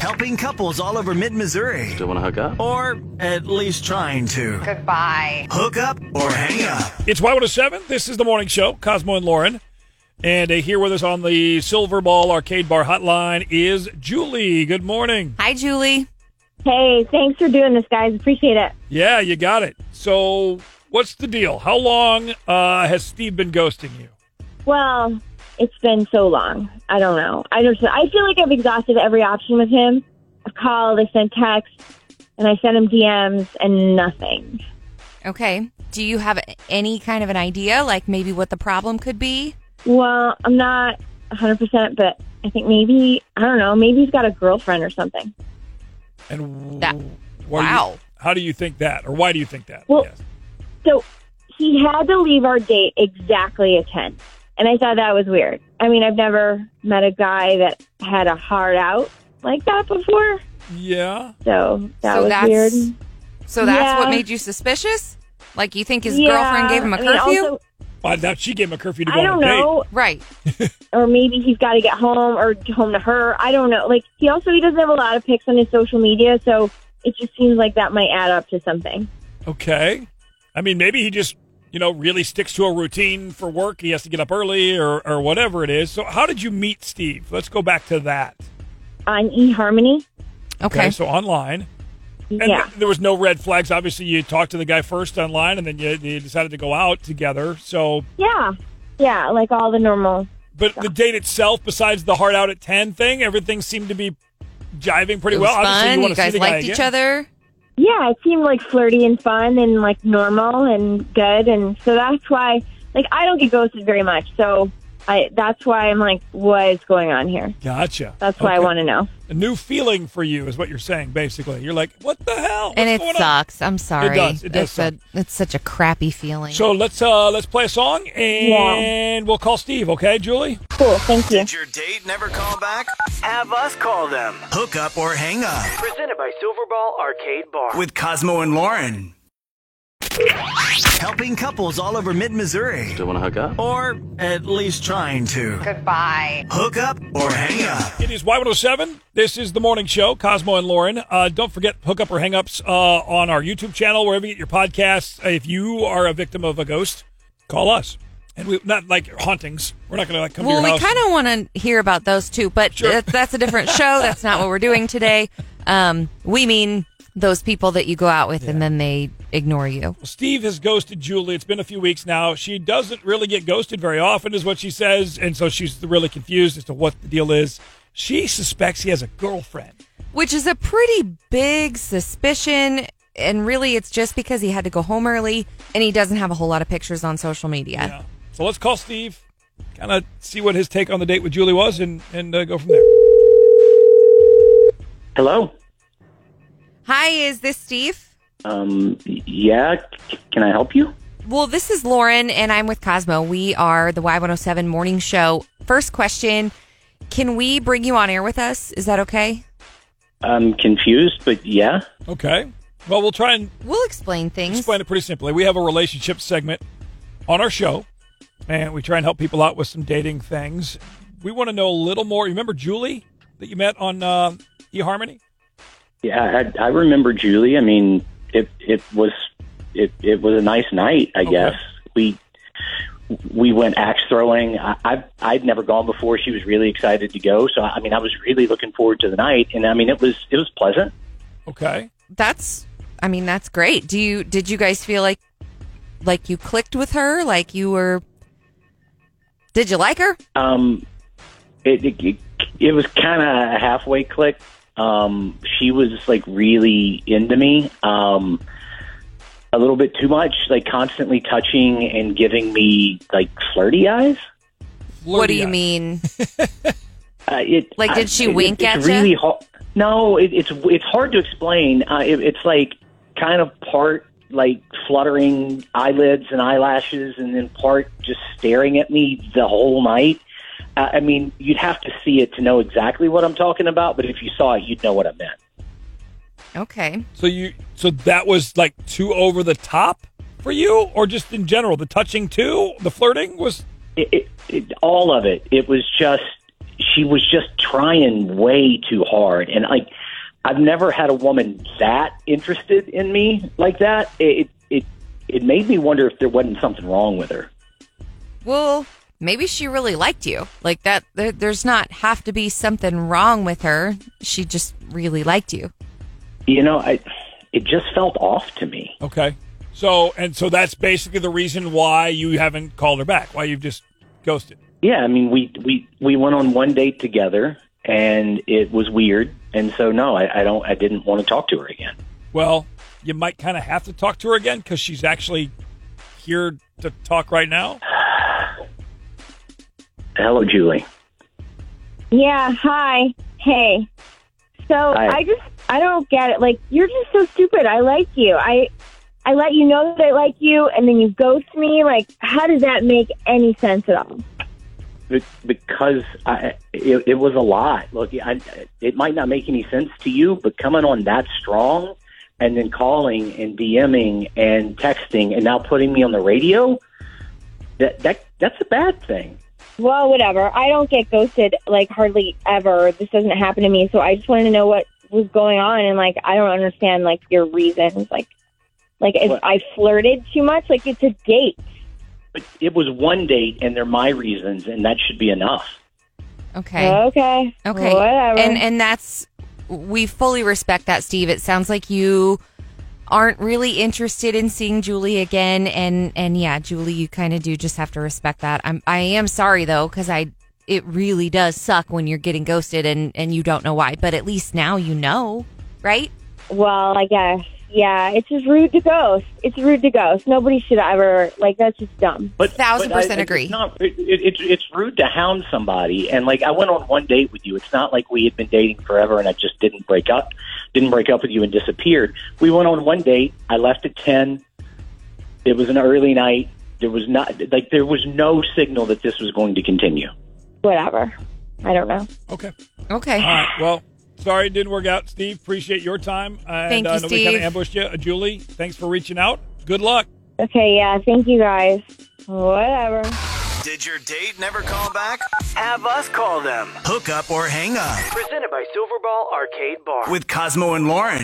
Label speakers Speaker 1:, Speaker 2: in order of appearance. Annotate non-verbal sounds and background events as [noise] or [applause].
Speaker 1: helping couples all over mid Missouri.
Speaker 2: Still want to hook up?
Speaker 1: Or at least trying to.
Speaker 3: Goodbye.
Speaker 1: Hook up or hang up.
Speaker 4: It's Y107. This is the morning show, Cosmo and Lauren. And uh, here with us on the Silver Ball Arcade Bar Hotline is Julie. Good morning.
Speaker 3: Hi, Julie.
Speaker 5: Hey, thanks for doing this, guys. Appreciate it.
Speaker 4: Yeah, you got it. So, what's the deal? How long uh, has Steve been ghosting you?
Speaker 5: Well, it's been so long. I don't know. I just I feel like I've exhausted every option with him. I've called, I sent texts, and I sent him DMs and nothing.
Speaker 3: Okay. Do you have any kind of an idea, like maybe what the problem could be?
Speaker 5: Well, I'm not 100%, but I think maybe, I don't know, maybe he's got a girlfriend or something.
Speaker 4: And
Speaker 3: That-
Speaker 4: why do you-
Speaker 3: wow.
Speaker 4: how do you think that, or why do you think that?
Speaker 5: Well-
Speaker 4: Yes.
Speaker 5: So he had to leave our date exactly at 10. And I thought that was weird. I mean, I've never met a guy that had a hard out like that before.
Speaker 4: Yeah.
Speaker 5: So that
Speaker 3: So
Speaker 5: was
Speaker 3: that's-
Speaker 5: weird.
Speaker 3: So that's what
Speaker 5: Yeah.
Speaker 3: made you suspicious? Like you think his
Speaker 5: Yeah,
Speaker 3: girlfriend gave him a
Speaker 5: I mean,
Speaker 3: curfew?
Speaker 5: also,
Speaker 4: Well, now she gave him a curfew to go
Speaker 5: I don't
Speaker 4: on a date.
Speaker 5: know.
Speaker 3: right.
Speaker 5: Or maybe he's got to get home or home to her. I don't know. Like, he also, he doesn't have a lot of pics on his social media. So it just seems like that might add up to something.
Speaker 4: Okay. I mean, maybe he just, you know, really sticks to a routine for work. He has to get up early or, or whatever it is. So, how did you meet Steve? Let's go back to that.
Speaker 5: On eHarmony.
Speaker 3: Okay.
Speaker 4: So, online. And
Speaker 5: Yeah.
Speaker 4: th- there was no red flags. Obviously, you talked to the guy first online and then you, you decided to go out together. So,
Speaker 5: Yeah. Yeah. Like all the normal.
Speaker 4: but the date itself, besides the heart out at 10 thing, everything seemed to be jiving pretty
Speaker 3: it was
Speaker 4: well. Obviously,
Speaker 3: fun.
Speaker 4: you
Speaker 3: You,
Speaker 4: want to see
Speaker 3: guys
Speaker 4: the guy
Speaker 3: liked each
Speaker 4: again.
Speaker 3: other.
Speaker 5: Yeah. It seemed like flirty and fun and like normal and good. And so that's why, like, I don't get ghosted very much. So I, that's why I'm like, what is going on here?
Speaker 4: Gotcha.
Speaker 5: That's why I
Speaker 4: Okay.
Speaker 5: want to know.
Speaker 4: A new feeling for you is what you're saying, basically. You're like, what the hell? What's
Speaker 3: and it
Speaker 4: going on?
Speaker 3: sucks. I'm sorry.
Speaker 4: does. It
Speaker 3: it's,
Speaker 4: does
Speaker 3: A, it's such a crappy feeling.
Speaker 4: So let's uh let's play a song and we'll call Steve, okay, Julie?
Speaker 5: Cool. Thank you.
Speaker 1: Did your date never call back? Have us call them. Hook up or hang up.
Speaker 6: Presented by Silverball Arcade Bar.
Speaker 1: With Cosmo and Lauren. Helping couples all over mid Missouri.
Speaker 2: Still want to hook up?
Speaker 1: Or at least trying to.
Speaker 3: goodbye.
Speaker 1: Hook up or hang up.
Speaker 4: It is Y107. This is the morning show, Cosmo and Lauren. Uh, don't forget hookup or hangups uh, on our YouTube channel, wherever you get your podcasts. Uh, If you are a victim of a ghost, call us. And we not like hauntings. We're not gonna like come
Speaker 3: Well,
Speaker 4: to your
Speaker 3: we
Speaker 4: house.
Speaker 3: kind of want to hear about those too, but
Speaker 4: Sure.
Speaker 3: that- that's a different
Speaker 4: [laughs]
Speaker 3: show. That's not what we're doing today. Um, we mean those people that you go out with and then they ignore you.
Speaker 4: Steve has ghosted Julie. It's been a few weeks now. She doesn't really get ghosted very often, is what she says, and so she's really confused as to what the deal is. She suspects he has a girlfriend.
Speaker 3: which is a pretty big suspicion. And really, it's just because he had to go home early and he doesn't have a whole lot of pictures on social media.
Speaker 4: Yeah. So let's call Steve, kind of see what his take on the date with Julie was, and and uh, go from there.
Speaker 7: Hello.
Speaker 3: Hi, is this Steve?
Speaker 7: Um. Yeah. c- Can I help you?
Speaker 3: Well, this is Lauren and I'm with Cosmo. We are the Y107 morning show. First question Can we bring you on air with us? Is that okay?
Speaker 7: I'm confused, but yeah.
Speaker 4: Okay. Well, we'll try and
Speaker 3: We'll explain things.
Speaker 4: explain it pretty simply. We have a relationship segment on our show, and we try and help people out with some dating things. We want to know a little more. You remember Julie that you met on uh, eHarmony?
Speaker 7: Yeah. I, I remember Julie. I mean, it it was it it was a nice night. I
Speaker 4: Okay.
Speaker 7: guess we we went axe throwing. I, I I'd never gone before. She was really excited to go. So I mean, I was really looking forward to the night, and I mean, it was it was pleasant.
Speaker 4: Okay.
Speaker 3: that's, I mean, that's great. Do you, did you guys feel like, like you clicked with her? Like you were, did you like her?
Speaker 7: Um, it it, it was kind of a halfway click. Um, she was like really into me. Um, a little bit too much, like constantly touching and giving me like flirty eyes.
Speaker 3: What do
Speaker 4: Flirty
Speaker 3: you
Speaker 4: eyes. [laughs]
Speaker 3: mean?
Speaker 7: Uh, it
Speaker 3: Like, did
Speaker 7: I-
Speaker 3: she
Speaker 7: it-
Speaker 3: wink
Speaker 7: it's
Speaker 3: at ya?
Speaker 7: Really hard. No, it, it's it's hard to explain. Uh, it, it's like kind of part like fluttering eyelids and eyelashes, and then part just staring at me the whole night. Uh, I mean, you'd have to see it to know exactly what I'm talking about, but if you saw it, you'd know what I meant.
Speaker 3: Okay.
Speaker 4: So you so that was like too over the top for you, or just in general the touching too, the flirting was
Speaker 7: It, it, it, all of it. It was just she was just trying way too hard, and like I've never had a woman that interested in me like that. It it it made me wonder if there wasn't something wrong with her.
Speaker 3: Well, maybe she really liked you. Like that, there, there's not have to be something wrong with her. She just really liked you.
Speaker 7: You know, I it just felt off to me.
Speaker 4: Okay. So and so that's basically the reason why you haven't called her back. Why you've just ghosted.
Speaker 7: Yeah, I mean, we we we went on one date together, and it was weird. And so, no, I, I don't. I didn't want to talk to her again.
Speaker 4: Well, you might kind of have to talk to her again because she's actually here to talk right now.
Speaker 7: Hello, Julie.
Speaker 5: Yeah, hi. Hey. So
Speaker 7: Hi.
Speaker 5: I just I don't get it. Like you're just so stupid. I like you. I I let you know that I like you and then you ghost me. Like how does that make any sense at all?
Speaker 7: Be- Because I, it, it was a lot. Look, I, it might not make any sense to you, but coming on that strong, and then calling and DMing and texting, and now putting me on the radio, that that that's a bad thing.
Speaker 5: Well, whatever. I don't get ghosted like hardly ever. This doesn't happen to me. So I just wanted to know what was going on and like I don't understand like your reasons. Like like if
Speaker 7: What?
Speaker 5: I flirted too much, like it's a date.
Speaker 7: But it was one date, and they're my reasons, and that should be enough.
Speaker 3: Okay.
Speaker 5: Okay.
Speaker 3: Okay.
Speaker 5: Whatever.
Speaker 3: And and that's we fully respect that, Steve. It sounds like you aren't really interested in seeing Julie again and and yeah, Julie, you kind of do just have to respect that. I'm I am sorry though cuz I it really does suck when you're getting ghosted and and you don't know why, but at least now you know, right?
Speaker 5: Well, I guess. Yeah, it's just rude to ghost. It's rude to ghost. Nobody should ever like that's just dumb.
Speaker 7: But
Speaker 3: 1000%
Speaker 7: but I-
Speaker 3: agree.
Speaker 7: It's, not, it, it, it's it's rude to hound somebody, and like I went on one date with you. It's not like we had been dating forever, and I just didn't break up, didn't break up with you, and disappeared. We went on one date. I left at ten. It was an early night. There was not like there was no signal that this was going to continue.
Speaker 5: Whatever. I don't know.
Speaker 4: Okay.
Speaker 3: Okay.
Speaker 4: All right. Well, sorry it didn't work out, Steve. Appreciate your time. And,
Speaker 3: Thank you,
Speaker 4: uh, I know We kind
Speaker 3: Steve.
Speaker 4: of ambushed you, Uh, Julie. Thanks for reaching out. Good luck.
Speaker 5: Okay, yeah, thank you guys. Whatever.
Speaker 1: Did your date never call back? Have us call them. Hook up or hang up
Speaker 6: Presented by Silverball Arcade Bar.
Speaker 1: with Cosmo and Lauren.